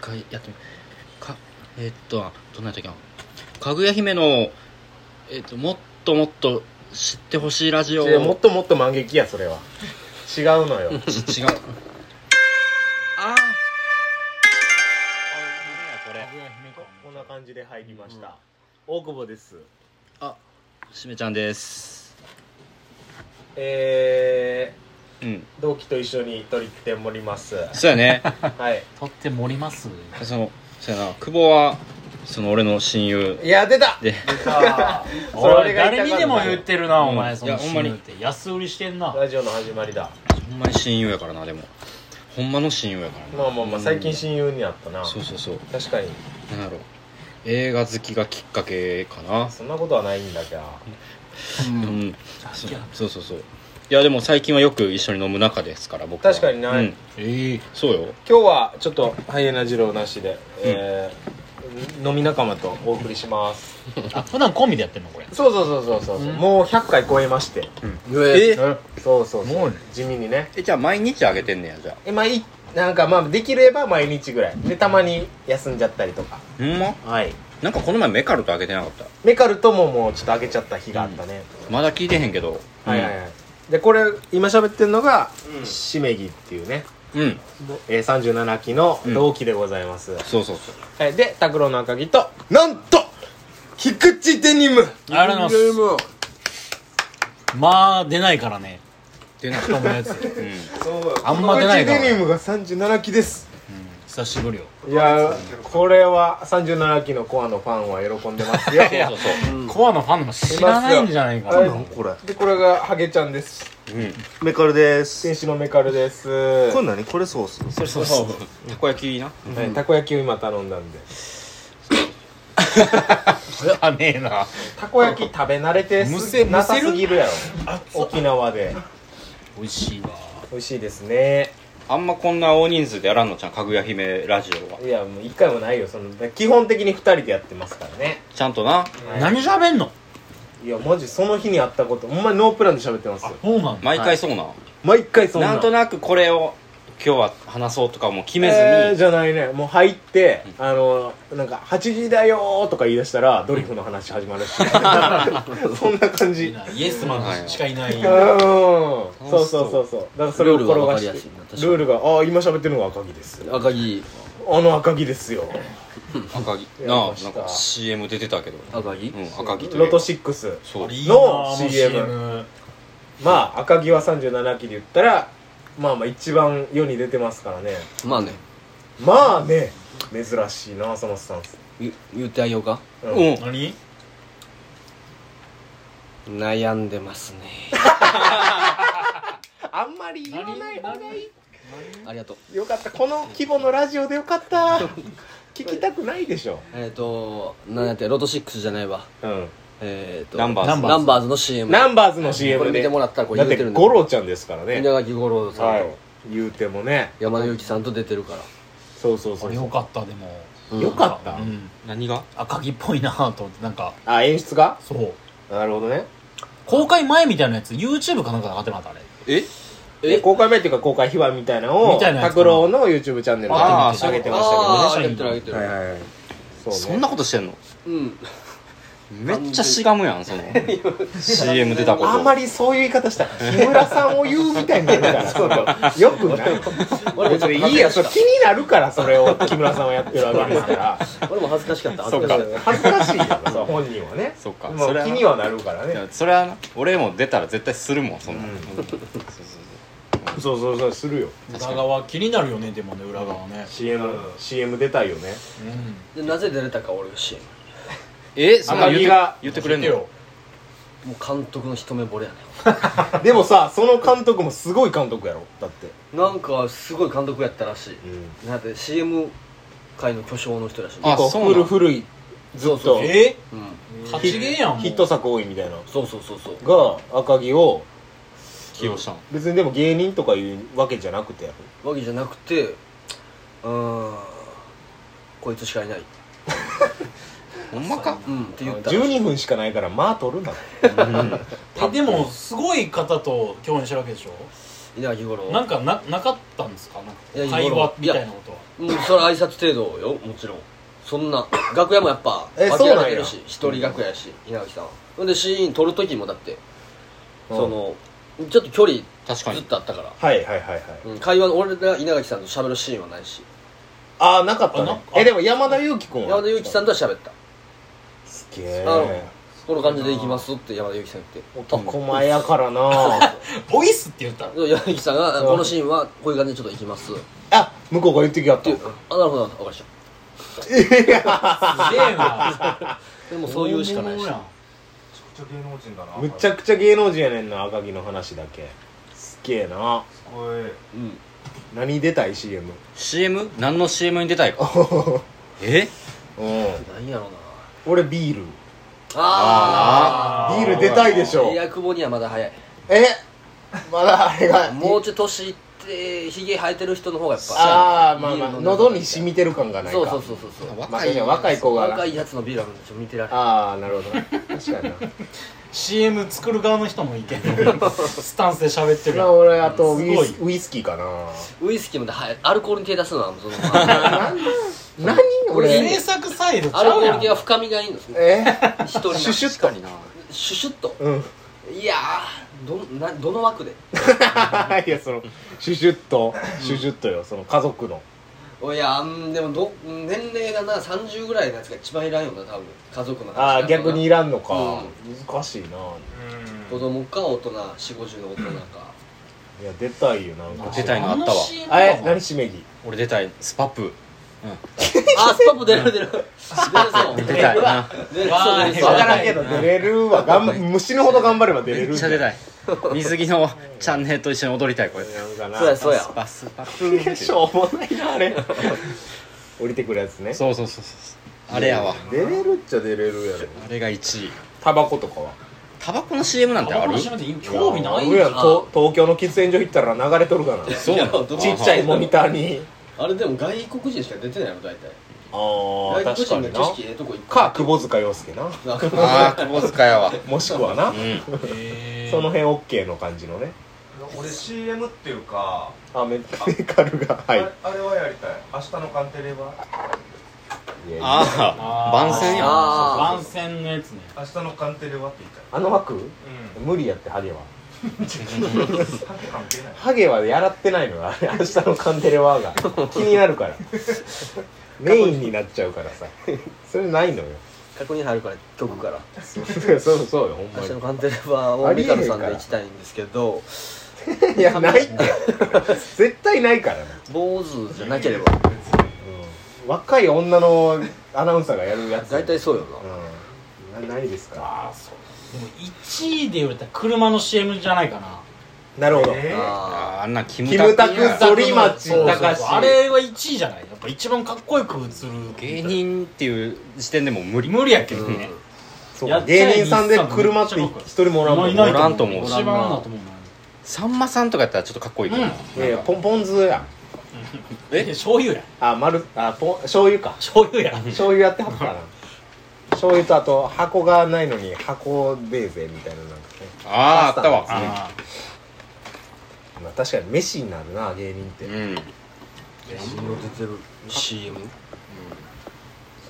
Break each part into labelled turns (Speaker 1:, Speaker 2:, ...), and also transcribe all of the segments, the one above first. Speaker 1: 回やってみかえーっとあどんなやったっけなかぐや姫のえーっともっともっと知ってほしいラジオ
Speaker 2: 違うもっともっと満劇やそれは違うのよ
Speaker 1: ち違うあ
Speaker 2: こんな感じで入りました、大久保です
Speaker 1: ああしめちゃんです
Speaker 2: え
Speaker 1: うん
Speaker 2: ー、同期と一緒に取りてもりますは
Speaker 1: そうや ね
Speaker 2: い
Speaker 3: 取って盛ります
Speaker 1: そのそうやな久保はその俺の親友
Speaker 2: いや出た
Speaker 1: で
Speaker 2: それ
Speaker 3: お
Speaker 2: 俺
Speaker 3: い
Speaker 2: が言いたかった
Speaker 3: 誰にでも言ってるな、
Speaker 1: うん
Speaker 3: お前そ
Speaker 1: いや
Speaker 3: の
Speaker 1: ほんま
Speaker 3: 親
Speaker 1: に
Speaker 3: 友って安売りしてんな
Speaker 2: ラジオの始まりだ
Speaker 1: ほんまに親友やからなでもほんまの親友やからな
Speaker 2: まあまあまあ最近親友になったな、
Speaker 1: そうそうそう
Speaker 2: 確かに
Speaker 1: なんやろ映画好きがきっかけかな
Speaker 2: そんなことはないんだけ
Speaker 1: う
Speaker 2: ど
Speaker 3: うん
Speaker 1: んそそうそうそういやでも最近はよく一緒に飲む仲ですから僕は
Speaker 2: 確かにない
Speaker 1: うん
Speaker 3: ええ
Speaker 1: そうよ
Speaker 2: 今日はちょっとハイエナ二郎なしで、えー飲み仲間とお送りします
Speaker 3: あ普段込みでやってんのこれ
Speaker 2: そうそうそうそうそう、
Speaker 3: うん
Speaker 2: もう100回超えまして、
Speaker 1: え
Speaker 2: そうそうそ
Speaker 3: も
Speaker 2: う
Speaker 3: うね
Speaker 2: 地味にね
Speaker 1: えじゃあ毎日あげてんねやじゃあ
Speaker 2: えまあいなんかまあできれば毎日ぐらいでたまに休んじゃったりとか
Speaker 1: ほんま
Speaker 2: はい
Speaker 1: なんかこの前メカルとあげてなかった
Speaker 2: メカルとももうちょっと上げちゃった日があったね、
Speaker 1: まだ聞いてへんけど
Speaker 2: はいはいはいでこれ今喋ってるのが、しめぎっていうね、
Speaker 1: うん
Speaker 2: えー、37期の
Speaker 1: うん
Speaker 2: 同期でございます、
Speaker 1: そうそうそう
Speaker 2: はい、で拓郎の赤木となんと菊池デニム
Speaker 3: ありがとうございますまあ出ないからね
Speaker 1: 出なか
Speaker 3: 人のやつ
Speaker 1: うん
Speaker 3: あんま出ないから
Speaker 2: 菊池デニムが37期です
Speaker 3: 久しぶりよ
Speaker 2: いやーこれは37期のコアのファンは喜んで ますよ
Speaker 1: そうそう
Speaker 3: コアのファンの知らないんじゃないか
Speaker 2: はい
Speaker 3: な
Speaker 4: これ
Speaker 2: でこれがハゲちゃんです
Speaker 1: そううん
Speaker 4: メカルです
Speaker 2: 天使のメカルですは
Speaker 4: これ何これソース
Speaker 1: それそうそうたこ焼きない
Speaker 2: たこ焼きを今頼んだんで
Speaker 3: あねえな
Speaker 2: たこ焼き食べ慣れて
Speaker 3: むせ
Speaker 2: すなさすぎるやろ沖縄で
Speaker 3: 美味しいわ
Speaker 2: 美味しいですね
Speaker 1: あんまこんな大人数でやらんのちゃんかぐや姫ラジオはい
Speaker 2: やもう一回もないよその基本的に二人でやってますからね
Speaker 1: ちゃんとな
Speaker 3: 何喋んの
Speaker 2: いやマジその日にあったことほんまにノープランで喋ってますよ
Speaker 3: そうなんだ
Speaker 1: 毎回そうな、
Speaker 2: 毎回そんな
Speaker 1: なんと
Speaker 2: な
Speaker 1: なくこれを今日は話そうとかも決めずに、
Speaker 2: えー、じゃないねもう入って、あのなんか「8時だよ」とか言い出したらドリフの話始まる しそんな感
Speaker 3: いい
Speaker 2: じ
Speaker 3: なイエスマンしかいない
Speaker 2: うんそう
Speaker 1: 楽し
Speaker 2: そ
Speaker 1: そう
Speaker 2: うそうそうだからそれを転がして
Speaker 4: ルールが分かりやすいな確かに
Speaker 2: ルールがああ今喋ってるのが赤木です
Speaker 4: 赤木
Speaker 2: あの赤木ですよ
Speaker 1: 赤木
Speaker 2: や
Speaker 1: な
Speaker 2: ま
Speaker 1: あ
Speaker 2: した
Speaker 1: なんか CM 出てたけど、
Speaker 4: 赤木
Speaker 1: うん、赤木とい
Speaker 2: ロ
Speaker 1: う
Speaker 2: ト
Speaker 1: か
Speaker 2: 6
Speaker 1: そう
Speaker 3: いいなあの
Speaker 2: CM
Speaker 3: CM
Speaker 2: まあ赤木は37期で言ったらまあまあ一番世に出てますからね
Speaker 4: まあね
Speaker 2: まあね珍しいなそのスタンス
Speaker 4: ゆ言ってあげようか
Speaker 2: う
Speaker 1: うんん
Speaker 3: 何
Speaker 4: 悩んでますね
Speaker 2: あんまり言わない方がい
Speaker 4: ありがとう
Speaker 2: いよかったこの規模のラジオでよかった 聞きたくないでしょ
Speaker 4: えっ、ー、となんやってロト6じゃないわ
Speaker 2: うん
Speaker 4: えっ、ー、と
Speaker 1: ナンバーズ
Speaker 4: ナンバーズナンバーズの CM
Speaker 2: ナンバーズの
Speaker 4: こ
Speaker 2: CM
Speaker 4: れ見
Speaker 2: で
Speaker 4: てもらったらこれ
Speaker 2: だっ
Speaker 4: 言
Speaker 2: て
Speaker 4: うてるんだ
Speaker 2: 五郎ちゃんですからね
Speaker 4: 稲垣吾郎さんと、
Speaker 2: はい言うてもね
Speaker 4: 山田裕貴さんと出てるから
Speaker 2: そうそう
Speaker 3: こ
Speaker 2: そう
Speaker 3: れ
Speaker 2: そ
Speaker 3: よ
Speaker 2: う
Speaker 3: かったでも
Speaker 4: うん
Speaker 2: よかった
Speaker 3: うん
Speaker 1: 何が
Speaker 3: 赤木っぽいなぁと思ってなんか
Speaker 2: あ演出が
Speaker 3: そう
Speaker 2: なるほどね
Speaker 3: 公開前みたいなやつ YouTube かなんかで上がってなかったあれ
Speaker 1: え
Speaker 4: え
Speaker 2: で公開前っていうか公開秘話みたいなのを
Speaker 3: みたいなやつ
Speaker 2: 拓
Speaker 3: かな
Speaker 2: 郎の YouTube チャンネルで
Speaker 1: あー
Speaker 2: 上げてましたけどね
Speaker 4: あ
Speaker 3: そ
Speaker 4: ー
Speaker 3: う
Speaker 4: 上げてる上げてる、
Speaker 2: はいはいはいそうね
Speaker 1: そんなことしてんの
Speaker 4: うん
Speaker 1: めっちゃしがむやんその CM 出たこと
Speaker 2: あんまりそういう言い方 したら木村さんを言うみたいになるからよくない別にいいやそれ気になるからそれを木村さんはやってるわけですから
Speaker 4: 俺も恥ずかしかった恥
Speaker 1: そ
Speaker 4: ず
Speaker 1: っ
Speaker 4: か
Speaker 1: か
Speaker 4: しかっ
Speaker 2: 恥ずかしいよそう本人はね
Speaker 1: そっか
Speaker 2: も
Speaker 1: そうれは
Speaker 2: 気にはなるから
Speaker 1: い
Speaker 2: ね
Speaker 1: やそれはな俺も出たら絶対するもんそんな、
Speaker 2: うん
Speaker 1: そうそう
Speaker 2: そうそうそうするよ
Speaker 3: 裏側気になるよねでもね裏側ね
Speaker 2: CMCM 出たいよね
Speaker 3: うん
Speaker 4: たでなぜ出れたか俺が CM
Speaker 1: えそんなん言って
Speaker 2: 赤木が
Speaker 1: 言ってくれんの
Speaker 4: もう監督の一目惚れやね
Speaker 2: でもさその監督もすごい監督やろだって
Speaker 4: なんかすごい監督やったらしい、
Speaker 2: うん
Speaker 4: だって CM 界の巨匠の人らしい
Speaker 1: あ
Speaker 2: こう
Speaker 1: そうなの
Speaker 2: 古い古いずっと
Speaker 3: え
Speaker 4: うん
Speaker 3: 勝ちゲーやんもう
Speaker 2: ヒット作多いみたいな
Speaker 4: そうそうそうそう
Speaker 2: が赤木を
Speaker 1: 起用したん
Speaker 2: 別にでも芸人とかいうわけじゃなくてやろ
Speaker 4: わけじゃなくてうーんこいつしかいない
Speaker 1: ほんまか
Speaker 4: うんって言ったら
Speaker 2: 12分しかないからまあ取るな
Speaker 3: えでもすごい方と共演してるわけでしょ
Speaker 4: 稲垣吾郎
Speaker 3: なんかななかったんですかなんか
Speaker 4: い
Speaker 3: 会
Speaker 4: や
Speaker 3: 話みたいなことは
Speaker 4: もうそれ挨拶程度よもちろんそんな楽屋もやっぱ
Speaker 2: え
Speaker 4: 分けられて
Speaker 2: そうなんや
Speaker 4: るし一人楽屋やし稲垣さんはほんでシーン撮る時もだって
Speaker 2: うん
Speaker 4: そのちょっと距離
Speaker 1: 確かに
Speaker 4: ずっとあったから
Speaker 2: はいはいはいはい
Speaker 4: うん会話の俺ら稲垣さんと喋るシーンはないし
Speaker 2: ああなかった
Speaker 3: あな
Speaker 2: ねえでも山田裕貴君は
Speaker 4: 山田裕貴さんとは喋った
Speaker 2: すげえ
Speaker 4: あのこの感じで行きますって山田裕貴さん言って
Speaker 2: 男前やからな
Speaker 3: ボイスって言ったの
Speaker 4: で山田裕貴さんが
Speaker 2: うん
Speaker 4: このシーンはこういう感じでちょっと行きますっ
Speaker 2: あ向こうが言ってきやってた
Speaker 4: いうあなるほどなるほど分かりまし
Speaker 3: すげえ な
Speaker 4: たでもそういうしかない
Speaker 3: 本
Speaker 4: し
Speaker 3: 物やん
Speaker 5: ちゃくちゃ芸能人だな
Speaker 2: むちゃくちゃ芸能人やねんな赤木の話だけすげえな
Speaker 5: すごい
Speaker 4: うん
Speaker 2: 何出たい CM
Speaker 1: CM? 何の CM に出たいかえ
Speaker 2: うん
Speaker 4: 何やろうな
Speaker 2: 俺ビール
Speaker 4: あ
Speaker 2: ビール出たいでし
Speaker 4: あ
Speaker 2: ょ
Speaker 4: いや久保にはまだ早い
Speaker 2: えまだあれが
Speaker 4: もうちょい年いってひげ生えてる人の方がやっぱ
Speaker 2: ああまあまあ喉に染みてる感がないか
Speaker 4: そうそうそうそうそう
Speaker 2: まあ確かに若い子が
Speaker 4: 若いやつのビールはちょっと見てられる
Speaker 2: ああなるほどな確かに な
Speaker 3: CM 作る側の人もいけん スタンスで喋ってる
Speaker 2: ま
Speaker 3: や
Speaker 2: あ
Speaker 3: ん
Speaker 2: 俺あとウ
Speaker 3: す
Speaker 2: イ
Speaker 3: ごい
Speaker 2: スウイスキーかな
Speaker 4: ウイスキーもだはいアルコールに手出すのは そのア
Speaker 2: 何
Speaker 3: 制
Speaker 2: 俺
Speaker 3: 作サイドち
Speaker 4: ル
Speaker 3: ゃ
Speaker 4: コ
Speaker 3: う
Speaker 4: ー
Speaker 3: や
Speaker 4: ル
Speaker 3: ん
Speaker 4: 系は深みがいいんですね
Speaker 2: え
Speaker 4: 一人
Speaker 2: シュシュッと
Speaker 1: な
Speaker 4: シュシュッと
Speaker 2: うん
Speaker 4: いやーどなどの枠で
Speaker 2: いやそのシュシュッとシュシュッとよその家族の
Speaker 4: いやうんでもど年齢がな30ぐらいのやつが一番いらんよな多分家族の話
Speaker 2: ああ逆にいらんの
Speaker 4: う
Speaker 2: か難しいな
Speaker 4: 子
Speaker 5: う
Speaker 4: 供か大人4 5 0の大人か
Speaker 2: いや出たいよなんか
Speaker 1: 出たいのあったわ
Speaker 3: あの CM
Speaker 2: あれ
Speaker 3: とか
Speaker 2: 何しめぎ
Speaker 1: 俺出たいスパップ
Speaker 4: あストップ出る出る出るそう
Speaker 1: 出たいな
Speaker 4: 出るそう出るそう
Speaker 2: 分か
Speaker 3: わからら
Speaker 2: ん
Speaker 3: ん
Speaker 2: け
Speaker 3: け
Speaker 2: ど
Speaker 3: ど
Speaker 2: 出れるわがんむ死ぬほど頑張れば出れ
Speaker 1: め
Speaker 2: る
Speaker 1: っちゃ出たい水着のチャンネルと一緒に踊りたいこれ
Speaker 2: なんかな
Speaker 4: そうやそうや
Speaker 1: スパスパ
Speaker 2: いやしょうもないなあれ 降りてくるやつね
Speaker 1: そうそうそうそうあれやわ
Speaker 2: 出れるっちゃ出れるやろ
Speaker 1: あれが1位
Speaker 2: タバコとかは
Speaker 1: タバコの CM なんてあ
Speaker 3: あ
Speaker 1: る
Speaker 3: る興味ない
Speaker 2: 俺
Speaker 3: や
Speaker 2: ら
Speaker 3: ん
Speaker 2: と東京の喫煙所行ったら流れとるかなち
Speaker 1: そうなの
Speaker 4: どう
Speaker 2: っちゃいモニターに
Speaker 4: あれでも外国人しか出てないの大体
Speaker 2: あ
Speaker 4: 外国人が景色ええとこ行く
Speaker 2: か久保塚洋介な
Speaker 4: なんか
Speaker 1: ああ久保塚やわ
Speaker 2: もしくはな
Speaker 1: うん
Speaker 3: へー
Speaker 2: その辺 OK の感じのね
Speaker 5: ん俺 CM っていうか
Speaker 2: あめっちゃカルがはい
Speaker 5: あれあれはやりたい明日の鑑定レバー
Speaker 2: あ
Speaker 1: ああ番宣やん
Speaker 4: あー
Speaker 3: 番宣のやつね
Speaker 5: 明日の鑑定レバーって言いたい
Speaker 2: あの枠
Speaker 5: う
Speaker 2: 無理やってハゲは
Speaker 5: ん関係関係ない
Speaker 2: ハゲはやらってないのよあれ明日のカンテレワーが気になる からメインになっちゃうからさそれないのよ
Speaker 4: 確認入るから曲から
Speaker 2: そうそうそうよほん
Speaker 4: 明日の
Speaker 2: ま
Speaker 4: カンテレバーをミカルさんで行きたいんですけど
Speaker 2: にいやないって絶対ないからね、
Speaker 4: 坊主じゃなければ
Speaker 2: うん、若い女のアナウンサーがやるやつ
Speaker 4: 大体そうよな
Speaker 2: うんなないですか
Speaker 3: ああそうでも1位で言われたら車の CM じゃないかな
Speaker 2: らなるほど
Speaker 5: えー
Speaker 4: あ
Speaker 1: あーあんなキム
Speaker 2: キ
Speaker 1: タ
Speaker 2: ム
Speaker 1: ク
Speaker 2: タク反町
Speaker 3: そうそう
Speaker 2: 隆
Speaker 3: そう
Speaker 2: 史
Speaker 3: あれは1位じゃないやっぱ一番かっこよく映る
Speaker 1: 芸人っていう時点でもう無理
Speaker 3: 無理やけど
Speaker 4: うん
Speaker 3: ね
Speaker 2: そうか芸人さんで車って一人もおらんもん
Speaker 1: いない
Speaker 2: ね
Speaker 1: おらんと思う
Speaker 3: 一番おらんなと思う
Speaker 1: さんまさんとかやったらちょっとかっこいいけどな
Speaker 2: えやいやポンポン酢やん
Speaker 1: え
Speaker 3: え醤油や
Speaker 2: あ丸あポン醤油か
Speaker 3: 醤油や
Speaker 2: 醤油やってはったな醤油とあと箱がないのに箱でーぜみたいななんかね、
Speaker 1: あああったわ
Speaker 3: あー
Speaker 2: まあ、確かに飯になるな芸人って、
Speaker 1: うん
Speaker 2: そう
Speaker 1: うん
Speaker 4: 出てる CM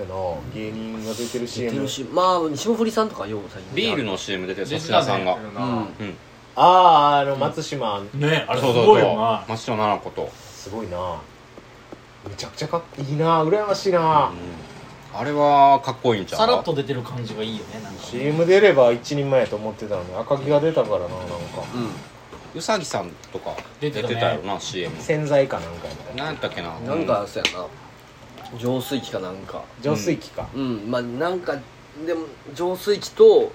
Speaker 2: やな芸人が出てる
Speaker 4: 出て
Speaker 2: CM
Speaker 4: るしまあ霜降りさんとかよう最近
Speaker 1: ビールの CM 出てる粗品さんが
Speaker 5: 出てる
Speaker 4: う
Speaker 5: なん
Speaker 1: うん
Speaker 2: あああの松島、
Speaker 3: ねあれす
Speaker 1: そうそう
Speaker 3: ごい
Speaker 1: そう
Speaker 3: よな
Speaker 1: 松島奈々子と
Speaker 2: すごいなめちゃくちゃかっいいな羨ましいな、
Speaker 1: あれはかっこいいんちゃう
Speaker 3: さらっと出てる感じがいいよねなんか
Speaker 2: CM 出れば一人前やと思ってたのに赤木が出たからななんか
Speaker 1: うさぎさんとか
Speaker 3: 出
Speaker 1: 出
Speaker 3: て
Speaker 1: て
Speaker 3: た
Speaker 1: た
Speaker 3: ね
Speaker 1: よな CM
Speaker 2: 洗剤かなんかやったいな
Speaker 1: なんだっけな
Speaker 4: うんなんかそうやな浄水器かなんか
Speaker 2: 浄水器か、
Speaker 4: うんまあなんかでも浄水器と、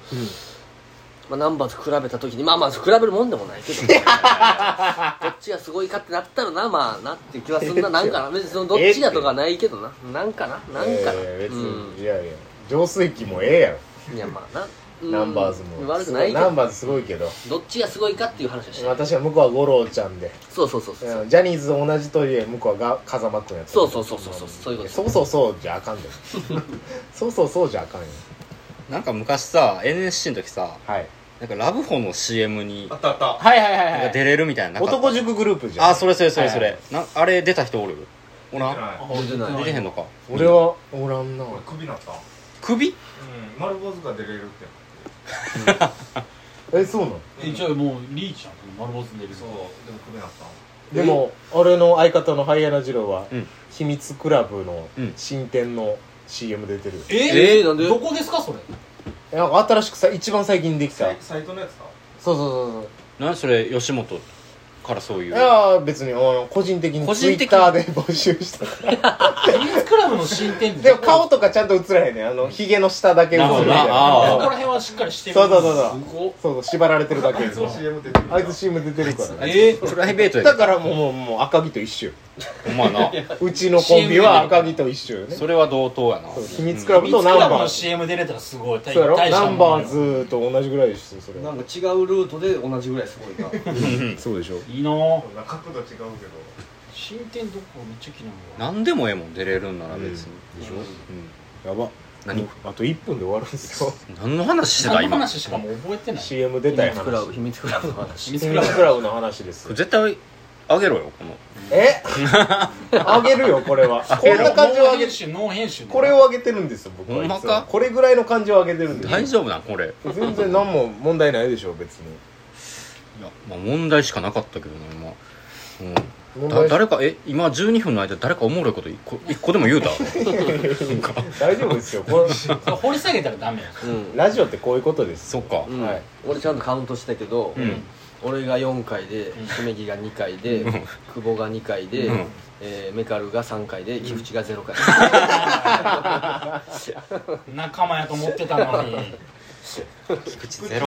Speaker 4: まあ、ナンバーと比べた時にまあまあ比べるもんでもない けどどっちがすごいかってなったらなまあなっていう気はす るななんかな別にそのどっちがとかないけどななんかななんかな、
Speaker 2: えー別に、いやいや浄水器もええやろ
Speaker 4: うん、いやまあな、うん
Speaker 2: ナンバーズも
Speaker 4: 悪くないけ
Speaker 2: ナン
Speaker 4: ど
Speaker 2: バーズすごいけど
Speaker 4: どっちがすごいかっていう話をして
Speaker 2: 私は向こうは五郎ちゃんで
Speaker 4: そうそうそうそう、
Speaker 2: うんジャニーズと同じといえ向こうはが風間君やった
Speaker 4: そうそうそうそうそうそういうこと
Speaker 2: そうそうそうじゃあかんで そうそうそうじゃあかんよ
Speaker 1: なんか昔さ NSC の時さ
Speaker 2: はい
Speaker 1: なんかラブホの CM に
Speaker 5: あったあった
Speaker 2: はいはいは
Speaker 1: なんか出れるみたいななかった
Speaker 2: 男塾グループじゃん
Speaker 1: あそれそれそれそ
Speaker 2: はい
Speaker 1: れなあれ出た人おるお
Speaker 5: 出
Speaker 1: ら
Speaker 5: て
Speaker 1: ん
Speaker 5: な
Speaker 1: 出てな
Speaker 5: い
Speaker 1: い出てへんのか
Speaker 2: 俺はおらんな
Speaker 5: 俺クビなったうん
Speaker 1: 首
Speaker 5: 丸坊主が出れるって
Speaker 2: えそうなの
Speaker 3: えじゃあもうリーチなんだ丸坊主でいる
Speaker 5: そうでもクビなった
Speaker 2: でも俺の相方のハイヤナ二郎は、
Speaker 1: うん
Speaker 2: 秘密クラブの
Speaker 1: うん
Speaker 2: 新店の CM 出てる、
Speaker 3: え
Speaker 4: えーなんで
Speaker 3: どこですかそれ
Speaker 2: なんか新しくさ一番最近できた
Speaker 5: サイサイトのやつか
Speaker 2: そうそうそう
Speaker 1: 何それ吉本からそうい
Speaker 2: そういうや別にあの個人的に
Speaker 1: 個
Speaker 2: ツ
Speaker 1: 人
Speaker 2: イッ
Speaker 1: 的
Speaker 2: ターで募集した から
Speaker 3: 秘密クラブの進展
Speaker 2: でも顔とかちゃんと映らへんねんあのヒゲの下だけ映るみたい
Speaker 1: なるほどな
Speaker 3: そ
Speaker 1: あ
Speaker 3: こら
Speaker 2: な
Speaker 3: 辺はしっかりしてる
Speaker 2: そうそうそうそう
Speaker 3: すごっ
Speaker 2: そうそう縛られてるだけ
Speaker 5: あいつも CM 出てる
Speaker 2: あいつ CM 出てるからね
Speaker 3: えー
Speaker 1: プライベート
Speaker 2: だ
Speaker 1: や
Speaker 2: からもうもうもう赤城と一緒よ
Speaker 1: お前な
Speaker 2: うちのコンビは赤城と一緒よね
Speaker 1: それは同等やな
Speaker 2: そう秘密クラ
Speaker 3: 秘
Speaker 2: ブと
Speaker 3: 密ク
Speaker 2: ナン
Speaker 3: ラブ
Speaker 2: バ
Speaker 3: の
Speaker 2: ーズ
Speaker 3: CM 出れたらすごい
Speaker 2: そ
Speaker 3: 大
Speaker 2: うやろ
Speaker 3: 大した
Speaker 2: ナ
Speaker 3: も
Speaker 2: ン
Speaker 3: んよ
Speaker 2: バーズと同じぐらいでしょそれ
Speaker 4: なんか違うルートで同じぐらいすごいな
Speaker 2: そうでしょ
Speaker 3: いいなぁ
Speaker 5: 角度違うけど
Speaker 3: 進展どこめっちゃ気になるわ
Speaker 1: 何でもええもん出れるんなら別に、
Speaker 2: でしょ
Speaker 1: うん
Speaker 2: やば
Speaker 1: 何
Speaker 2: あと1分で終わるんで すよ
Speaker 1: 何の話してた
Speaker 3: 何の
Speaker 1: 今
Speaker 3: 話しかもう覚えてない
Speaker 2: CM 出たよ
Speaker 4: 秘密クラブ秘密クラブの話
Speaker 3: 秘
Speaker 2: 秘
Speaker 3: 密クラブ
Speaker 2: 密クラブの話です
Speaker 1: 絶対あげろよこの
Speaker 2: え あげるよこれはこんな感じを
Speaker 3: ノ
Speaker 2: あげ
Speaker 3: ー編集ノー編集
Speaker 2: これをあげてるんですよ僕は
Speaker 1: ほんま
Speaker 2: いつも
Speaker 1: か
Speaker 2: これぐらいの感じをあげてるんです
Speaker 1: 大丈夫なんこれい
Speaker 2: 夫全然何も問題ないでしょ別に
Speaker 1: や、まあ、問題しかなかったけどね今、う
Speaker 2: 問
Speaker 1: ん、だ
Speaker 2: 題
Speaker 1: 誰かえ今12分の間誰かおもろいこと一個一個でも言うた
Speaker 2: 大丈夫ですよこ
Speaker 3: それ掘り下げたらダメよ
Speaker 4: うん
Speaker 2: れラジオってこういうことです
Speaker 1: そっか
Speaker 4: うん
Speaker 2: はい
Speaker 4: 俺ちゃんとカウントしたけど、
Speaker 1: うん
Speaker 4: 俺が4回で
Speaker 3: うん
Speaker 4: 姫木が2回で、久保が2回で、
Speaker 1: うん
Speaker 4: えーメカルが3回で菊池が0回、
Speaker 3: 仲間やと思ってたのに
Speaker 1: 菊池ゼ